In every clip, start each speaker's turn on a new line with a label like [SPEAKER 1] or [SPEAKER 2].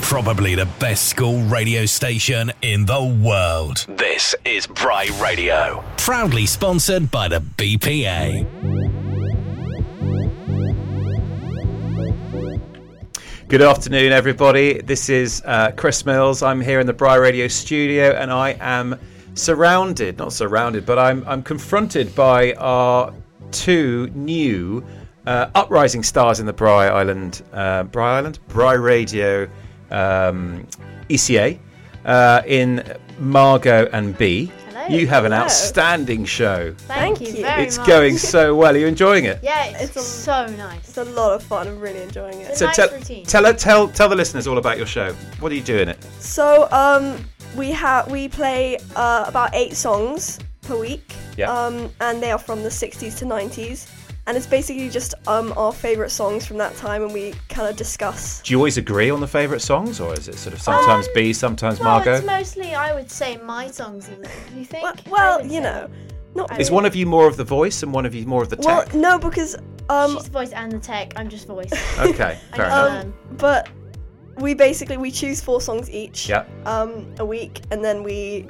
[SPEAKER 1] Probably the best school radio station in the world. This is Bry Radio. Proudly sponsored by the BPA.
[SPEAKER 2] Good afternoon, everybody. This is uh, Chris Mills. I'm here in the Bry Radio studio, and I am surrounded, not surrounded, but I'm, I'm confronted by our two new uh, uprising stars in the Bry Island, uh, Bry Island, Bry Radio um, ECA, uh, in Margot and B.
[SPEAKER 3] Hello.
[SPEAKER 2] You have an
[SPEAKER 3] Hello.
[SPEAKER 2] outstanding show.
[SPEAKER 3] Thank,
[SPEAKER 4] Thank
[SPEAKER 3] you,
[SPEAKER 4] you.
[SPEAKER 3] very
[SPEAKER 2] it's
[SPEAKER 3] much.
[SPEAKER 2] going so well. Are you enjoying it?
[SPEAKER 3] Yeah, it's,
[SPEAKER 4] It's-
[SPEAKER 3] so nice.
[SPEAKER 4] It's a lot of fun. I'm really enjoying it.
[SPEAKER 3] It's a nice
[SPEAKER 2] tell,
[SPEAKER 3] routine.
[SPEAKER 2] tell tell tell the listeners all about your show. What do you do in it?
[SPEAKER 4] So um, we have we play uh, about eight songs per week.
[SPEAKER 2] Yeah.
[SPEAKER 4] Um, and they are from the 60s to 90s, and it's basically just um our favorite songs from that time, and we kind of discuss.
[SPEAKER 2] Do you always agree on the favourite songs, or is it sort of sometimes
[SPEAKER 3] Um,
[SPEAKER 2] B, sometimes
[SPEAKER 3] well,
[SPEAKER 2] Margot?
[SPEAKER 3] it's mostly, I would say, my songs. Isn't it? You think?
[SPEAKER 4] Well,
[SPEAKER 3] I
[SPEAKER 4] well
[SPEAKER 3] would
[SPEAKER 4] you
[SPEAKER 3] say.
[SPEAKER 4] know, not.
[SPEAKER 2] is one of you more of the voice and one of you more of the
[SPEAKER 4] well,
[SPEAKER 2] tech?
[SPEAKER 4] no, because um,
[SPEAKER 3] She's the voice and the tech. I'm just voice.
[SPEAKER 2] Okay, fair
[SPEAKER 3] I
[SPEAKER 2] enough.
[SPEAKER 3] know. Um,
[SPEAKER 4] but we basically we choose four songs each.
[SPEAKER 2] Yeah.
[SPEAKER 4] um, a week, and then we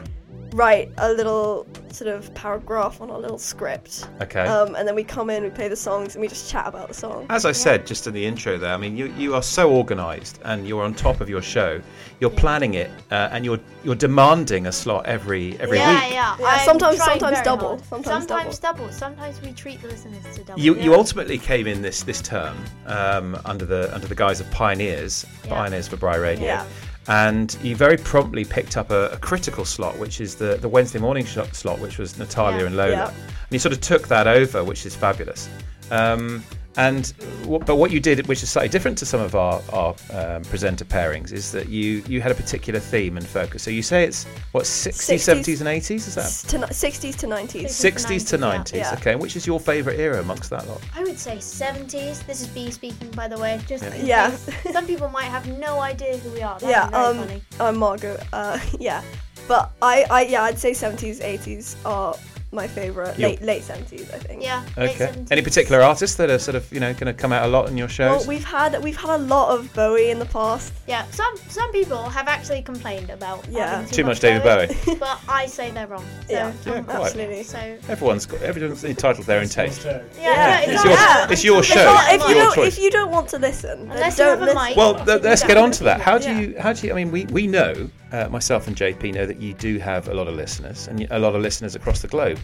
[SPEAKER 4] write a little sort of paragraph on our little script.
[SPEAKER 2] Okay.
[SPEAKER 4] Um, and then we come in, we play the songs, and we just chat about the song.
[SPEAKER 2] As I said just in the intro there, I mean, you, you are so organised and you're on top of your show. You're planning it uh, and you're you're demanding a slot every every
[SPEAKER 3] yeah,
[SPEAKER 2] week.
[SPEAKER 3] yeah.
[SPEAKER 4] Yeah,
[SPEAKER 3] I'm
[SPEAKER 4] sometimes-
[SPEAKER 3] trying
[SPEAKER 4] sometimes
[SPEAKER 3] very
[SPEAKER 4] double,
[SPEAKER 3] hard.
[SPEAKER 4] sometimes
[SPEAKER 3] double. Sometimes we treat the listeners to
[SPEAKER 4] Oh,
[SPEAKER 3] double.
[SPEAKER 2] You,
[SPEAKER 3] yeah.
[SPEAKER 2] you ultimately came in this this term um, under the under the guise of pioneers,
[SPEAKER 3] Yeah.
[SPEAKER 2] pioneers for Bry Radio,
[SPEAKER 4] Yeah.
[SPEAKER 2] and you very promptly picked up a, a critical slot, which is the, the Wednesday morning sh- slot, which was Natalia
[SPEAKER 3] Yeah.
[SPEAKER 2] and Lola,
[SPEAKER 4] Yeah.
[SPEAKER 2] and you sort of took that over, which is fabulous. Um, and what, but what you did, which is slightly different to some of our our um, presenter pairings, is that you you had a particular theme and focus. So you say it's what 60s,
[SPEAKER 4] 60s.
[SPEAKER 2] 70s, and 80s? Is that
[SPEAKER 4] S- To, ni- 60s to 90s.
[SPEAKER 2] 60s to 90s?
[SPEAKER 3] 90s,
[SPEAKER 4] yeah. Yeah.
[SPEAKER 2] Okay, which is your favourite era amongst that lot?
[SPEAKER 3] I would say 70s. This is B speaking, by the way. Just in
[SPEAKER 4] Yeah.
[SPEAKER 3] case. Some people might have no idea who we are. That'd
[SPEAKER 4] Yeah,
[SPEAKER 3] Be very
[SPEAKER 4] um,
[SPEAKER 3] funny.
[SPEAKER 4] I'm Margot. Uh, yeah, but I, I, yeah, I'd say 70s, 80s are my favorite.
[SPEAKER 2] Your-
[SPEAKER 4] Late, late 70s, I think.
[SPEAKER 3] Yeah. late
[SPEAKER 2] Okay.
[SPEAKER 3] 70s.
[SPEAKER 2] Any particular artists that are sort of you know going to come out a lot in your
[SPEAKER 4] Well,
[SPEAKER 2] shows?
[SPEAKER 4] we've had we've had a lot of Bowie in the past.
[SPEAKER 3] Yeah, some some people have actually complained about
[SPEAKER 4] Yeah.
[SPEAKER 3] having
[SPEAKER 2] Too much David
[SPEAKER 3] Bowie, but I say they're wrong. So,
[SPEAKER 4] Yeah.
[SPEAKER 2] Yeah, quite.
[SPEAKER 4] Absolutely.
[SPEAKER 3] so yeah,
[SPEAKER 2] everyone's got everyone's entitled to their own taste.
[SPEAKER 4] Yeah.
[SPEAKER 3] no,
[SPEAKER 2] It's
[SPEAKER 3] not
[SPEAKER 2] your
[SPEAKER 3] that.
[SPEAKER 2] it's your
[SPEAKER 4] If,
[SPEAKER 2] show.
[SPEAKER 4] not- if you
[SPEAKER 2] your
[SPEAKER 4] don't,
[SPEAKER 2] choice.
[SPEAKER 4] if you don't want to listen, then
[SPEAKER 3] Unless you
[SPEAKER 4] don't
[SPEAKER 3] have a
[SPEAKER 4] listen.
[SPEAKER 3] mic.
[SPEAKER 2] well, th- let's get on to that. How do
[SPEAKER 4] Yeah.
[SPEAKER 2] you? How do you? I mean, we we know uh, myself and JP know that you do have a lot of listeners and a lot of listeners across the globe.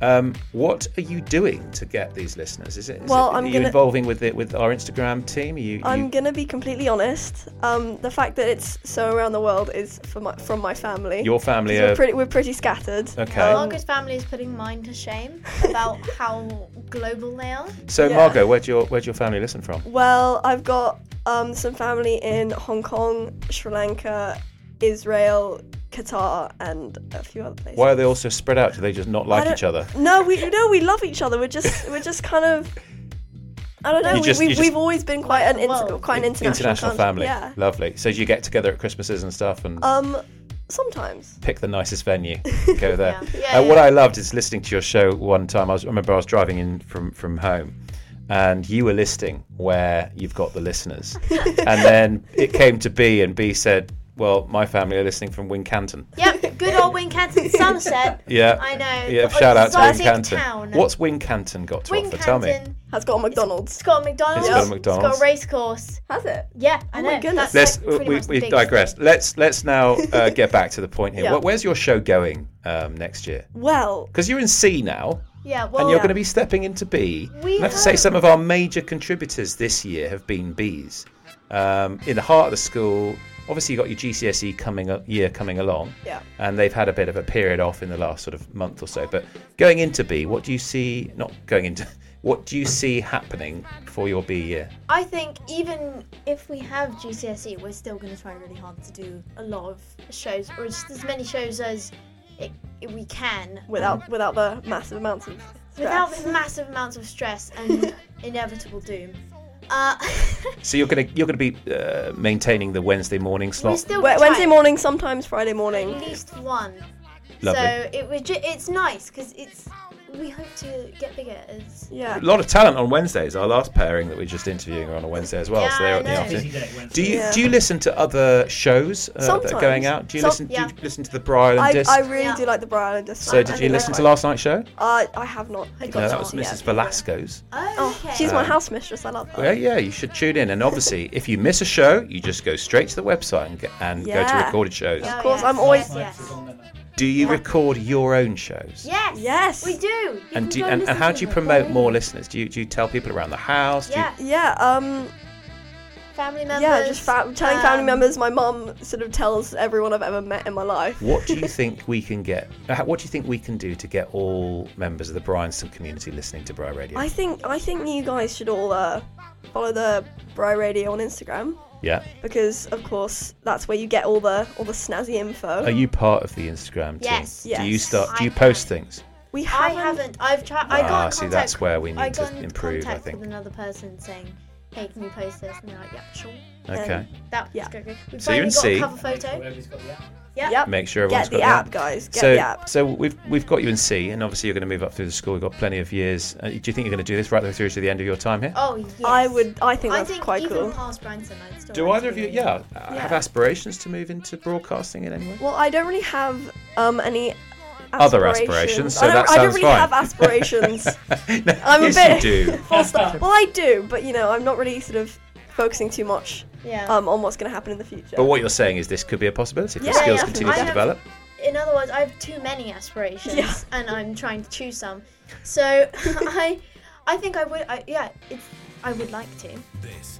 [SPEAKER 2] Um, what are you doing to get these listeners? Is it? Is
[SPEAKER 4] Well,
[SPEAKER 2] it,
[SPEAKER 4] I'm
[SPEAKER 2] are you
[SPEAKER 4] gonna-
[SPEAKER 2] involving with it with our Instagram team? Are you,
[SPEAKER 4] I'm
[SPEAKER 2] you-
[SPEAKER 4] gonna be completely honest. Um, the fact that it's so around the world is for my, from my family.
[SPEAKER 2] your family
[SPEAKER 4] 'Cause
[SPEAKER 2] are
[SPEAKER 4] We're pretty, we're pretty scattered.
[SPEAKER 2] okay.
[SPEAKER 3] Margaret's family is putting mine to shame about how global they are.
[SPEAKER 2] so,
[SPEAKER 4] yeah.
[SPEAKER 2] Margot, where do your where do your family listen from?
[SPEAKER 4] Well, I've got um, some family in Hong Kong, Sri Lanka, Israel, Qatar, and a few other places.
[SPEAKER 2] Why are they all so spread out? Do they just not
[SPEAKER 4] I
[SPEAKER 2] like
[SPEAKER 4] don't-
[SPEAKER 2] each other?
[SPEAKER 4] No, we no, we love each other. We're just we're just kind of. I don't know.
[SPEAKER 2] You
[SPEAKER 4] we,
[SPEAKER 2] just-
[SPEAKER 4] we,
[SPEAKER 2] you just-
[SPEAKER 4] we've always been quite an
[SPEAKER 3] Whoa.
[SPEAKER 4] inter- quite an international,
[SPEAKER 2] international family.
[SPEAKER 4] country. Yeah.
[SPEAKER 2] Lovely. So you get together at Christmases and stuff and
[SPEAKER 4] Um, sometimes.
[SPEAKER 2] pick the nicest venue. Go there.
[SPEAKER 3] Yeah. Yeah,
[SPEAKER 2] uh, What
[SPEAKER 3] yeah.
[SPEAKER 2] I loved is listening to your show one time. I, was, I remember I was driving in from, from home and you were listing where you've got the listeners. and then it came to B and B said, well, my family are listening from Wincanton.
[SPEAKER 3] Yep, good old Wincanton, Somerset.
[SPEAKER 2] Yeah.
[SPEAKER 3] I know.
[SPEAKER 2] Yeah,
[SPEAKER 3] the
[SPEAKER 2] shout out to
[SPEAKER 3] exotic
[SPEAKER 2] Wincanton.
[SPEAKER 3] town.
[SPEAKER 2] What's Wincanton got to offer? Tell me.
[SPEAKER 3] Wincanton,
[SPEAKER 4] Has got a McDonald's.
[SPEAKER 3] It's got a McDonald's.
[SPEAKER 2] It's got a
[SPEAKER 3] It's
[SPEAKER 2] McDonald's.
[SPEAKER 3] got a race course.
[SPEAKER 4] Has it?
[SPEAKER 3] Yeah, I
[SPEAKER 4] Oh
[SPEAKER 3] know.
[SPEAKER 4] my goodness.
[SPEAKER 3] That's
[SPEAKER 2] Let's uh,
[SPEAKER 3] like pretty
[SPEAKER 2] we,
[SPEAKER 3] much the
[SPEAKER 2] we
[SPEAKER 3] biggest-
[SPEAKER 2] digressed. Let's let's now uh, get back to the point here.
[SPEAKER 4] Yeah.
[SPEAKER 2] Where- Where's your show going um, next year?
[SPEAKER 4] Well,
[SPEAKER 2] Because you're in C now.
[SPEAKER 3] Oh, Yeah, well,
[SPEAKER 2] and you're
[SPEAKER 4] yeah.
[SPEAKER 2] going to be stepping into B.
[SPEAKER 3] We
[SPEAKER 2] I have to say,
[SPEAKER 3] have-
[SPEAKER 2] some of our major contributors this year have been Bs. Um, in the heart of the school, obviously you have got your GCSE E coming up, year coming along,
[SPEAKER 4] Yeah.
[SPEAKER 2] and they've had a bit of a period off in the last sort of month or so. But going into B, what do you see? Not going into. What do you see happening for your B year?
[SPEAKER 3] I think even if we have GCSE, E, we're still going to try really hard to do a lot of shows, or just as many shows as it, it- we can,
[SPEAKER 4] without without the massive amounts of stress.
[SPEAKER 3] without massive amounts of stress and inevitable doom. Uh,
[SPEAKER 2] So you're going to you're going to be uh, maintaining the Wednesday morning
[SPEAKER 3] we're
[SPEAKER 2] slot.
[SPEAKER 3] still
[SPEAKER 4] We-
[SPEAKER 3] trying
[SPEAKER 4] Wednesday morning, sometimes Friday morning.
[SPEAKER 3] at least one.
[SPEAKER 2] Lovely.
[SPEAKER 3] So it was ju- it's nice because it's we hope to get bigger as
[SPEAKER 4] Yeah.
[SPEAKER 2] A lot of talent on Wednesdays. Our last pairing that we're just interviewing are on a Wednesday as well.
[SPEAKER 3] Yeah,
[SPEAKER 2] so they're
[SPEAKER 3] I
[SPEAKER 2] at the
[SPEAKER 3] know.
[SPEAKER 2] afternoon.
[SPEAKER 5] Busy day, Wednesday.
[SPEAKER 2] Do you
[SPEAKER 4] Yeah.
[SPEAKER 2] do you listen to other shows uh, that are going
[SPEAKER 4] Sometimes.
[SPEAKER 2] out? Do you
[SPEAKER 4] Some-
[SPEAKER 2] listen?
[SPEAKER 3] yeah.
[SPEAKER 2] Do you listen to the Briar Island
[SPEAKER 4] I,
[SPEAKER 2] Disc?
[SPEAKER 4] I really
[SPEAKER 3] Yeah.
[SPEAKER 4] do like the Brian and Disc.
[SPEAKER 2] so
[SPEAKER 4] one.
[SPEAKER 3] I
[SPEAKER 2] did you
[SPEAKER 3] think
[SPEAKER 2] listen
[SPEAKER 3] I
[SPEAKER 2] to
[SPEAKER 4] like-
[SPEAKER 2] last night's show?
[SPEAKER 4] Uh, I have not.
[SPEAKER 2] No,
[SPEAKER 3] I got Gotcha.
[SPEAKER 2] that was Uh,
[SPEAKER 3] Yeah.
[SPEAKER 2] Mrs. Velasco's.
[SPEAKER 3] oh,
[SPEAKER 4] Oh,
[SPEAKER 3] okay.
[SPEAKER 4] she's my house mistress. I
[SPEAKER 3] Oh.
[SPEAKER 4] love her.
[SPEAKER 2] Well, yeah, you should tune in. And obviously, if you miss a show, you just go straight to the website and, g- and go to
[SPEAKER 4] Yeah.
[SPEAKER 2] recorded shows.
[SPEAKER 3] Yeah.
[SPEAKER 4] Of course,
[SPEAKER 3] yes,
[SPEAKER 4] I'm always.
[SPEAKER 3] yes.
[SPEAKER 5] Lights is on there now.
[SPEAKER 2] Do you record your own shows?
[SPEAKER 3] yes,
[SPEAKER 4] Yes.
[SPEAKER 3] we do. You can
[SPEAKER 2] And, do you,
[SPEAKER 3] go
[SPEAKER 2] and,
[SPEAKER 3] listen
[SPEAKER 2] and how
[SPEAKER 3] to
[SPEAKER 2] do you
[SPEAKER 3] them.
[SPEAKER 2] promote more listeners? Do you, do you tell people around the house? Do you-
[SPEAKER 3] Yeah,
[SPEAKER 4] Yeah. Um.
[SPEAKER 3] family members.
[SPEAKER 4] Yeah. Just fa- telling family
[SPEAKER 3] um,
[SPEAKER 4] members. My mum sort of tells everyone I've ever met in my life.
[SPEAKER 2] what do you think we can get? uh, how- What do you think we can do to get all members of the Bryanston community listening to Bry Radio?
[SPEAKER 4] I think I think you guys should all uh, follow the Bro Radio on Instagram
[SPEAKER 2] yeah.
[SPEAKER 4] because of course that's where you get all the all the snazzy info.
[SPEAKER 2] Are you part of the Instagram team?
[SPEAKER 3] Yes.
[SPEAKER 2] Do you
[SPEAKER 4] Yes.
[SPEAKER 2] start? Do you
[SPEAKER 3] I
[SPEAKER 2] post
[SPEAKER 3] am.
[SPEAKER 2] things?
[SPEAKER 4] we
[SPEAKER 3] I
[SPEAKER 4] haven't.
[SPEAKER 3] haven't. I've tried. I
[SPEAKER 2] Ah,
[SPEAKER 3] got in
[SPEAKER 2] see,
[SPEAKER 3] contact-
[SPEAKER 2] that's where we
[SPEAKER 3] I
[SPEAKER 2] need to
[SPEAKER 3] got in
[SPEAKER 2] improve, I
[SPEAKER 3] Contact
[SPEAKER 2] think.
[SPEAKER 3] with another person saying, "Hey, can you post this?" And they're like, "Yeah, sure."
[SPEAKER 2] Okay.
[SPEAKER 3] That
[SPEAKER 4] Yeah.
[SPEAKER 3] was good. We've
[SPEAKER 2] So you
[SPEAKER 3] finally
[SPEAKER 2] can
[SPEAKER 3] got
[SPEAKER 2] see-
[SPEAKER 3] a cover photo.
[SPEAKER 5] Everybody's got the app.
[SPEAKER 3] Yeah.
[SPEAKER 4] Yep.
[SPEAKER 2] Make sure everyone's
[SPEAKER 4] um, Get the
[SPEAKER 2] got
[SPEAKER 4] app, guys. Get
[SPEAKER 2] so,
[SPEAKER 4] the app.
[SPEAKER 2] so we've we've got you in C, and obviously you're going to move up through the school. We've got plenty of years. Uh, do you think you're going to do this right the way through to the end of your time here?
[SPEAKER 3] Oh yes.
[SPEAKER 4] I would. I think
[SPEAKER 3] I
[SPEAKER 4] that's
[SPEAKER 3] think
[SPEAKER 4] quite
[SPEAKER 3] even
[SPEAKER 4] cool.
[SPEAKER 3] past Branson, I'd still.
[SPEAKER 2] do
[SPEAKER 3] like
[SPEAKER 2] either
[SPEAKER 3] to
[SPEAKER 2] of you?
[SPEAKER 3] be-
[SPEAKER 2] Yeah, uh have
[SPEAKER 4] Yeah.
[SPEAKER 2] aspirations to move into broadcasting in any way?
[SPEAKER 4] Well, I don't really have um any.
[SPEAKER 2] Other aspirations, so
[SPEAKER 4] I don't,
[SPEAKER 2] that
[SPEAKER 4] I don't
[SPEAKER 2] sounds
[SPEAKER 4] really
[SPEAKER 2] fine.
[SPEAKER 4] have aspirations.
[SPEAKER 2] No,
[SPEAKER 4] I'm
[SPEAKER 2] yes,
[SPEAKER 4] a bit.
[SPEAKER 2] you do.
[SPEAKER 4] full stop. Well, I do, but you know, I'm not really sort of focusing too much
[SPEAKER 3] Yeah.
[SPEAKER 4] um, on what's going to happen in the future.
[SPEAKER 2] But what you're saying is this could be a possibility if
[SPEAKER 4] Yeah,
[SPEAKER 2] the skills
[SPEAKER 4] yeah,
[SPEAKER 2] continue to
[SPEAKER 3] definitely. I have-
[SPEAKER 2] develop.
[SPEAKER 3] in other words, I have too many aspirations,
[SPEAKER 4] Yeah.
[SPEAKER 3] and I'm trying to choose some. So I, I think I would. I, yeah, it's, I would like to.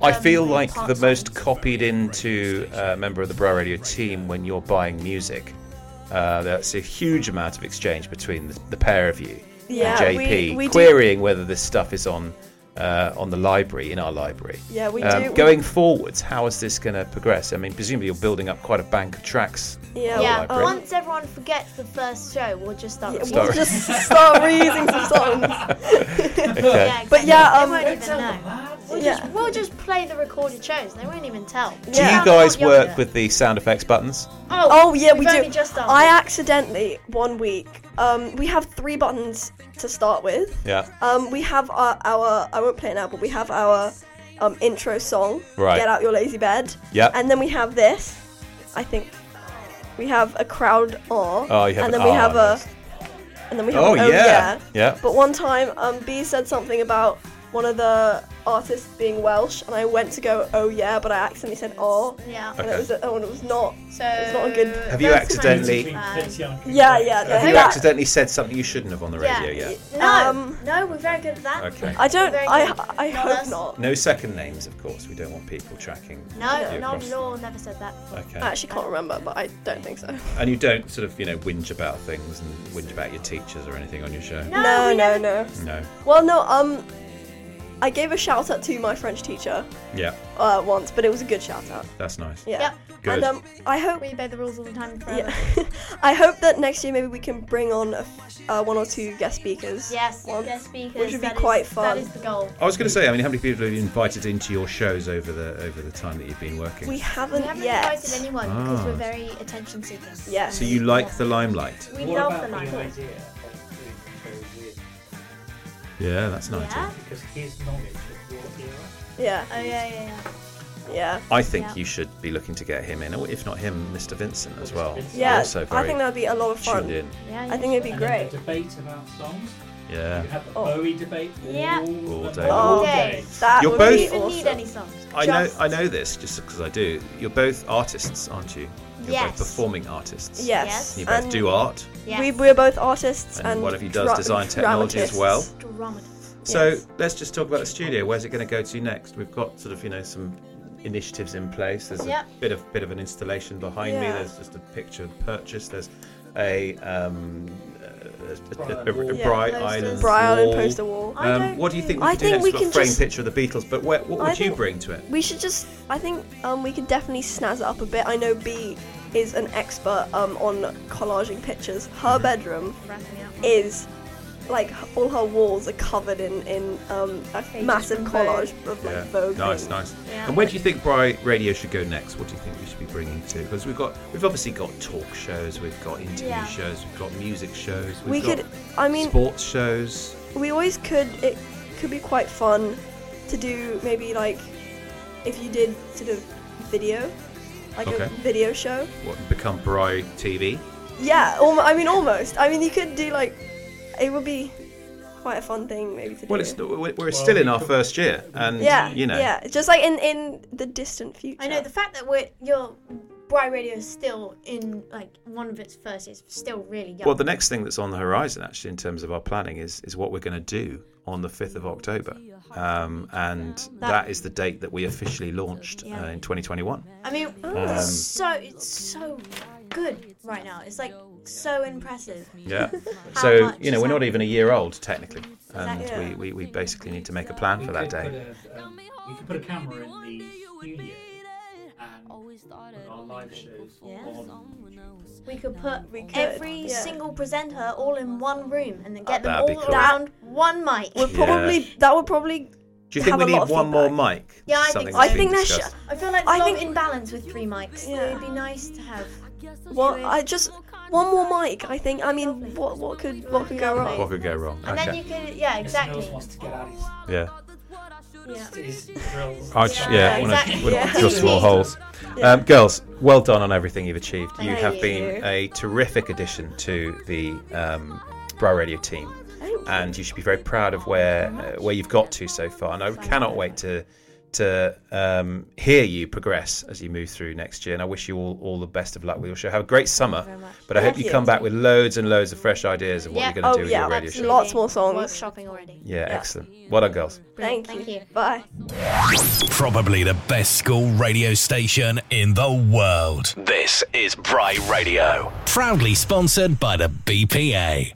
[SPEAKER 2] I feel
[SPEAKER 3] um,
[SPEAKER 2] like the
[SPEAKER 3] part-time.
[SPEAKER 2] most copied into uh, member of the Bra Radio team when you're buying music. Uh, that's a huge amount of exchange between the, the pair of you.
[SPEAKER 4] yeah,
[SPEAKER 2] and JP
[SPEAKER 4] we, we do.
[SPEAKER 2] querying whether this stuff is on uh, on the library in our library.
[SPEAKER 4] Yeah, we
[SPEAKER 2] Um,
[SPEAKER 4] do.
[SPEAKER 2] Going forwards, how is this going to progress? I mean, presumably you're building up quite a bank of tracks.
[SPEAKER 4] Yeah, oh,
[SPEAKER 3] yeah.
[SPEAKER 2] library.
[SPEAKER 3] Once everyone forgets the first show, we'll just start.
[SPEAKER 4] Yeah,
[SPEAKER 3] recording.
[SPEAKER 4] we'll just start reusing some songs.
[SPEAKER 2] Okay.
[SPEAKER 3] Yeah,
[SPEAKER 4] But
[SPEAKER 3] exactly.
[SPEAKER 4] yeah, um,
[SPEAKER 3] they won't
[SPEAKER 4] Don't
[SPEAKER 3] even know. We'll,
[SPEAKER 4] Yeah.
[SPEAKER 3] just, we'll just play the recorded shows. They won't even tell.
[SPEAKER 2] Do
[SPEAKER 4] Yeah.
[SPEAKER 2] you guys work with the sound effects buttons?
[SPEAKER 3] Oh,
[SPEAKER 4] Oh yeah, we
[SPEAKER 3] we've
[SPEAKER 4] do.
[SPEAKER 3] Only just started.
[SPEAKER 4] I accidentally one week. Um, we have three buttons to start with.
[SPEAKER 2] Yeah.
[SPEAKER 4] Um, we have our, our I won't play it now, but we have our um, intro song.
[SPEAKER 2] Right.
[SPEAKER 4] Get out your lazy bed.
[SPEAKER 2] Yep.
[SPEAKER 4] And then we have this. I think we have a crowd R.
[SPEAKER 2] Oh, you have
[SPEAKER 4] And
[SPEAKER 2] an
[SPEAKER 4] then we
[SPEAKER 2] R,
[SPEAKER 4] have a.
[SPEAKER 2] yes.
[SPEAKER 4] And then we have.
[SPEAKER 2] Oh,
[SPEAKER 4] an
[SPEAKER 2] yeah. Yeah.
[SPEAKER 4] But one time, um, B said something about one of the artists being Welsh, and I went to go oh yeah, but I accidentally said R.
[SPEAKER 3] yeah.
[SPEAKER 4] And it was oh, and it was not.
[SPEAKER 3] So
[SPEAKER 4] It's not a good-
[SPEAKER 2] Have you
[SPEAKER 3] that's
[SPEAKER 2] accidentally-
[SPEAKER 3] my-
[SPEAKER 5] Between Fitz Young and
[SPEAKER 4] Yeah,
[SPEAKER 5] Fitz.
[SPEAKER 4] yeah.
[SPEAKER 2] Have you
[SPEAKER 4] that-
[SPEAKER 2] accidentally said something you shouldn't have on the
[SPEAKER 3] Yeah.
[SPEAKER 2] radio yet?
[SPEAKER 3] No,
[SPEAKER 4] Um,
[SPEAKER 3] no, we're very good at that.
[SPEAKER 2] Okay.
[SPEAKER 4] I don't.
[SPEAKER 3] Very
[SPEAKER 4] I
[SPEAKER 3] good.
[SPEAKER 4] I
[SPEAKER 3] Not
[SPEAKER 4] hope
[SPEAKER 3] us.
[SPEAKER 4] not.
[SPEAKER 2] No second names, of course. We don't want people tracking.
[SPEAKER 3] No,
[SPEAKER 2] you
[SPEAKER 3] no,
[SPEAKER 2] across.
[SPEAKER 3] Law never said that. before.
[SPEAKER 2] Okay.
[SPEAKER 4] I actually can't remember, but I don't think so.
[SPEAKER 2] And you don't sort of, you know, whinge about things and whinge about your teachers or anything on your show?
[SPEAKER 3] No,
[SPEAKER 4] no,
[SPEAKER 3] we
[SPEAKER 4] no,
[SPEAKER 3] never-
[SPEAKER 4] no.
[SPEAKER 2] No.
[SPEAKER 4] Well, no. Um, I gave a shout out to my French teacher
[SPEAKER 2] Yeah,
[SPEAKER 4] uh, once, but it was a good shout out.
[SPEAKER 2] that's nice.
[SPEAKER 4] Yeah.
[SPEAKER 3] Yep.
[SPEAKER 2] Good.
[SPEAKER 4] And um, I hope.
[SPEAKER 3] We obey the rules all the time forever.
[SPEAKER 4] Yeah. I hope that next year maybe we can bring on a, uh, one or two guest speakers.
[SPEAKER 3] Yes,
[SPEAKER 4] One-
[SPEAKER 3] yes, speakers.
[SPEAKER 4] Which would be
[SPEAKER 3] that is-
[SPEAKER 4] quite
[SPEAKER 3] That
[SPEAKER 4] fun.
[SPEAKER 3] is the goal.
[SPEAKER 2] I was going to say, I mean, how many people have you invited into your shows over the over the time that you've been working?
[SPEAKER 4] We haven't,
[SPEAKER 3] We haven't
[SPEAKER 4] yet.
[SPEAKER 3] invited anyone because
[SPEAKER 2] Ah.
[SPEAKER 3] we're very attention seeking.
[SPEAKER 4] Yes.
[SPEAKER 2] so you like the limelight?
[SPEAKER 3] We
[SPEAKER 5] What
[SPEAKER 3] love the
[SPEAKER 5] about the
[SPEAKER 3] limelight.
[SPEAKER 5] idea of doing shows with?
[SPEAKER 2] Yeah, that's nice.
[SPEAKER 3] Yeah.
[SPEAKER 5] Because his knowledge of your era.
[SPEAKER 4] Yeah.
[SPEAKER 3] Oh yeah, yeah, yeah.
[SPEAKER 4] Yeah.
[SPEAKER 2] I think
[SPEAKER 3] Yeah.
[SPEAKER 2] you should be looking to get him in, or if not him, Mr. Vincent as well.
[SPEAKER 4] Yeah.
[SPEAKER 2] also
[SPEAKER 4] I
[SPEAKER 2] very
[SPEAKER 4] think that'd be a lot of fun.
[SPEAKER 2] tuned in.
[SPEAKER 3] yeah, yeah.
[SPEAKER 4] I think it'd be
[SPEAKER 5] And then
[SPEAKER 4] great.
[SPEAKER 5] the debate about songs. You
[SPEAKER 2] Yeah.
[SPEAKER 5] have the
[SPEAKER 4] Oh.
[SPEAKER 5] Bowie debate
[SPEAKER 3] Yeah.
[SPEAKER 5] all,
[SPEAKER 2] All
[SPEAKER 5] the-
[SPEAKER 2] day.
[SPEAKER 4] Oh,
[SPEAKER 5] all
[SPEAKER 3] day.
[SPEAKER 5] day.
[SPEAKER 4] That
[SPEAKER 2] You're
[SPEAKER 4] would
[SPEAKER 2] both-
[SPEAKER 3] We
[SPEAKER 4] be
[SPEAKER 3] don't even
[SPEAKER 4] awesome.
[SPEAKER 3] need any songs.
[SPEAKER 2] I know,
[SPEAKER 3] Just-
[SPEAKER 2] I know this just because I do. You're both artists, aren't you? You're
[SPEAKER 3] Yes.
[SPEAKER 2] both performing artists.
[SPEAKER 4] Yes.
[SPEAKER 2] You both
[SPEAKER 4] and
[SPEAKER 3] Um,
[SPEAKER 2] do art.
[SPEAKER 3] Yes.
[SPEAKER 4] We, we're both artists
[SPEAKER 2] And
[SPEAKER 4] and,
[SPEAKER 2] one of you does
[SPEAKER 4] dra-
[SPEAKER 2] design technology as
[SPEAKER 4] dramatists.
[SPEAKER 2] well.
[SPEAKER 3] Dramatists.
[SPEAKER 2] So
[SPEAKER 4] Yes.
[SPEAKER 2] let's just talk about the studio. Where's it going to go to next? We've got sort of you know some initiatives in place. There's
[SPEAKER 3] Yep.
[SPEAKER 2] a bit of bit of an installation behind me.
[SPEAKER 4] Yeah.
[SPEAKER 2] There's just a picture purchase. There's a um, uh, a, a, a, a
[SPEAKER 5] Bright
[SPEAKER 2] Bright
[SPEAKER 3] Posters.
[SPEAKER 2] Island
[SPEAKER 4] Bright Island
[SPEAKER 2] wall.
[SPEAKER 4] poster wall.
[SPEAKER 3] I
[SPEAKER 2] Um,
[SPEAKER 3] don't
[SPEAKER 2] what do you think we could
[SPEAKER 4] know. I
[SPEAKER 2] do
[SPEAKER 4] think
[SPEAKER 2] next?
[SPEAKER 4] we
[SPEAKER 2] We've got a
[SPEAKER 4] can
[SPEAKER 2] frame
[SPEAKER 4] just-
[SPEAKER 2] picture of the Beatles, but where, what
[SPEAKER 4] I
[SPEAKER 2] would you
[SPEAKER 4] think-
[SPEAKER 2] bring to it?
[SPEAKER 4] We should just. I think um, we can definitely snazz it up a bit. I know B is
[SPEAKER 2] Mm-hmm.
[SPEAKER 4] an expert um, on collaging pictures. Her bedroom
[SPEAKER 3] Wrapping up.
[SPEAKER 4] is like h- all her walls are covered in in um, a
[SPEAKER 3] Pages
[SPEAKER 4] massive
[SPEAKER 3] from
[SPEAKER 4] collage of like
[SPEAKER 2] Yeah.
[SPEAKER 4] Vogue.
[SPEAKER 2] Nice,
[SPEAKER 4] and-
[SPEAKER 2] nice.
[SPEAKER 3] Yeah.
[SPEAKER 2] And where do you think Bry Radio should go next? What do you think we should be bringing to? Because we've got, we've obviously got talk shows, we've got interview
[SPEAKER 3] Yeah.
[SPEAKER 2] shows, we've got music shows, we've
[SPEAKER 4] We
[SPEAKER 2] got
[SPEAKER 4] could. I mean,
[SPEAKER 2] sports shows.
[SPEAKER 4] we always could. It could be quite fun to do. Maybe like if you did sort of video, like
[SPEAKER 2] Okay.
[SPEAKER 4] a video show.
[SPEAKER 2] What become Bry TV?
[SPEAKER 4] Yeah. Almo- I mean, almost. I mean, you could do like. It would be quite a fun thing maybe to
[SPEAKER 2] Well,
[SPEAKER 4] do.
[SPEAKER 2] it's we're, we're still in our first year, and
[SPEAKER 4] yeah.
[SPEAKER 2] you know,
[SPEAKER 4] Yeah. Just like in in the distant future.
[SPEAKER 3] I know the fact that we're your Bright Radio is still in like one of its first is still really young.
[SPEAKER 2] Well, the next thing that's on the horizon, actually, in terms of our planning, is is what we're going to do on the fifth of October, um, and that is the date that we officially launched uh, in 2021.
[SPEAKER 3] I mean, oh, it's so it's so good right now. It's like so impressive.
[SPEAKER 2] Yeah.
[SPEAKER 3] How
[SPEAKER 2] So
[SPEAKER 3] much
[SPEAKER 2] you know,
[SPEAKER 3] is
[SPEAKER 2] we're not
[SPEAKER 3] that?
[SPEAKER 2] even a year old technically, and
[SPEAKER 3] Exactly.
[SPEAKER 2] we, we, we basically need to make a plan for that day.
[SPEAKER 5] Put a, um, we could put a camera in the studio and put our live shows
[SPEAKER 3] Yeah.
[SPEAKER 5] on.
[SPEAKER 3] We could put
[SPEAKER 4] We could,
[SPEAKER 3] every
[SPEAKER 4] yeah.
[SPEAKER 3] single presenter all in one room and then get them
[SPEAKER 2] That'd be
[SPEAKER 3] all
[SPEAKER 2] cool.
[SPEAKER 3] around one mic.
[SPEAKER 4] Would probably that would probably.
[SPEAKER 2] Do you think
[SPEAKER 4] have
[SPEAKER 2] we
[SPEAKER 4] a lot
[SPEAKER 2] need
[SPEAKER 4] of
[SPEAKER 2] one more
[SPEAKER 4] feedback.
[SPEAKER 2] mic?
[SPEAKER 3] Yeah, I think
[SPEAKER 2] Something that's
[SPEAKER 3] so.
[SPEAKER 4] I
[SPEAKER 2] being
[SPEAKER 4] think there should.
[SPEAKER 2] discussed.
[SPEAKER 3] I feel like
[SPEAKER 4] I
[SPEAKER 3] I think
[SPEAKER 4] think-
[SPEAKER 3] in balance with three mics.
[SPEAKER 4] Yeah.
[SPEAKER 3] It would be nice to have.
[SPEAKER 4] One, I just one more mic. I think. I mean, what what could what could go wrong?
[SPEAKER 2] What could go wrong?
[SPEAKER 3] And then
[SPEAKER 2] Okay.
[SPEAKER 3] you could, yeah,
[SPEAKER 5] Exactly.
[SPEAKER 3] exactly.
[SPEAKER 5] wants to get out
[SPEAKER 2] yeah.
[SPEAKER 3] Yeah.
[SPEAKER 5] his, his drills.
[SPEAKER 2] I just, yeah,
[SPEAKER 4] Yeah,
[SPEAKER 2] wanna-
[SPEAKER 3] exactly.
[SPEAKER 2] wanna
[SPEAKER 4] Yeah.
[SPEAKER 2] drill some more holes.
[SPEAKER 4] Yeah.
[SPEAKER 2] Um, girls, well done on everything you've achieved. You
[SPEAKER 4] Thank
[SPEAKER 2] have been
[SPEAKER 4] you.
[SPEAKER 2] a terrific addition to the um, Bra Radio team, and you should be very proud of where uh, where you've got to so far. And I cannot wait to to um, hear you progress as you move through next year. And I wish you all, all the best of luck with your show. Have a great summer, but I hope
[SPEAKER 4] Thank
[SPEAKER 2] you
[SPEAKER 4] you.
[SPEAKER 2] come back with loads and loads of fresh ideas of what
[SPEAKER 3] Yeah.
[SPEAKER 2] you're going
[SPEAKER 4] Oh
[SPEAKER 2] to do with
[SPEAKER 4] yeah,
[SPEAKER 2] your radio
[SPEAKER 4] absolutely.
[SPEAKER 2] show.
[SPEAKER 4] Lots more songs.
[SPEAKER 3] Workshopping already.
[SPEAKER 2] Yeah, excellent. Well done, girls.
[SPEAKER 4] Thank,
[SPEAKER 3] Thank
[SPEAKER 4] you.
[SPEAKER 3] you.
[SPEAKER 4] Bye.
[SPEAKER 1] Probably the best school radio station in the world. This is Bry Radio. Proudly sponsored by the BPA.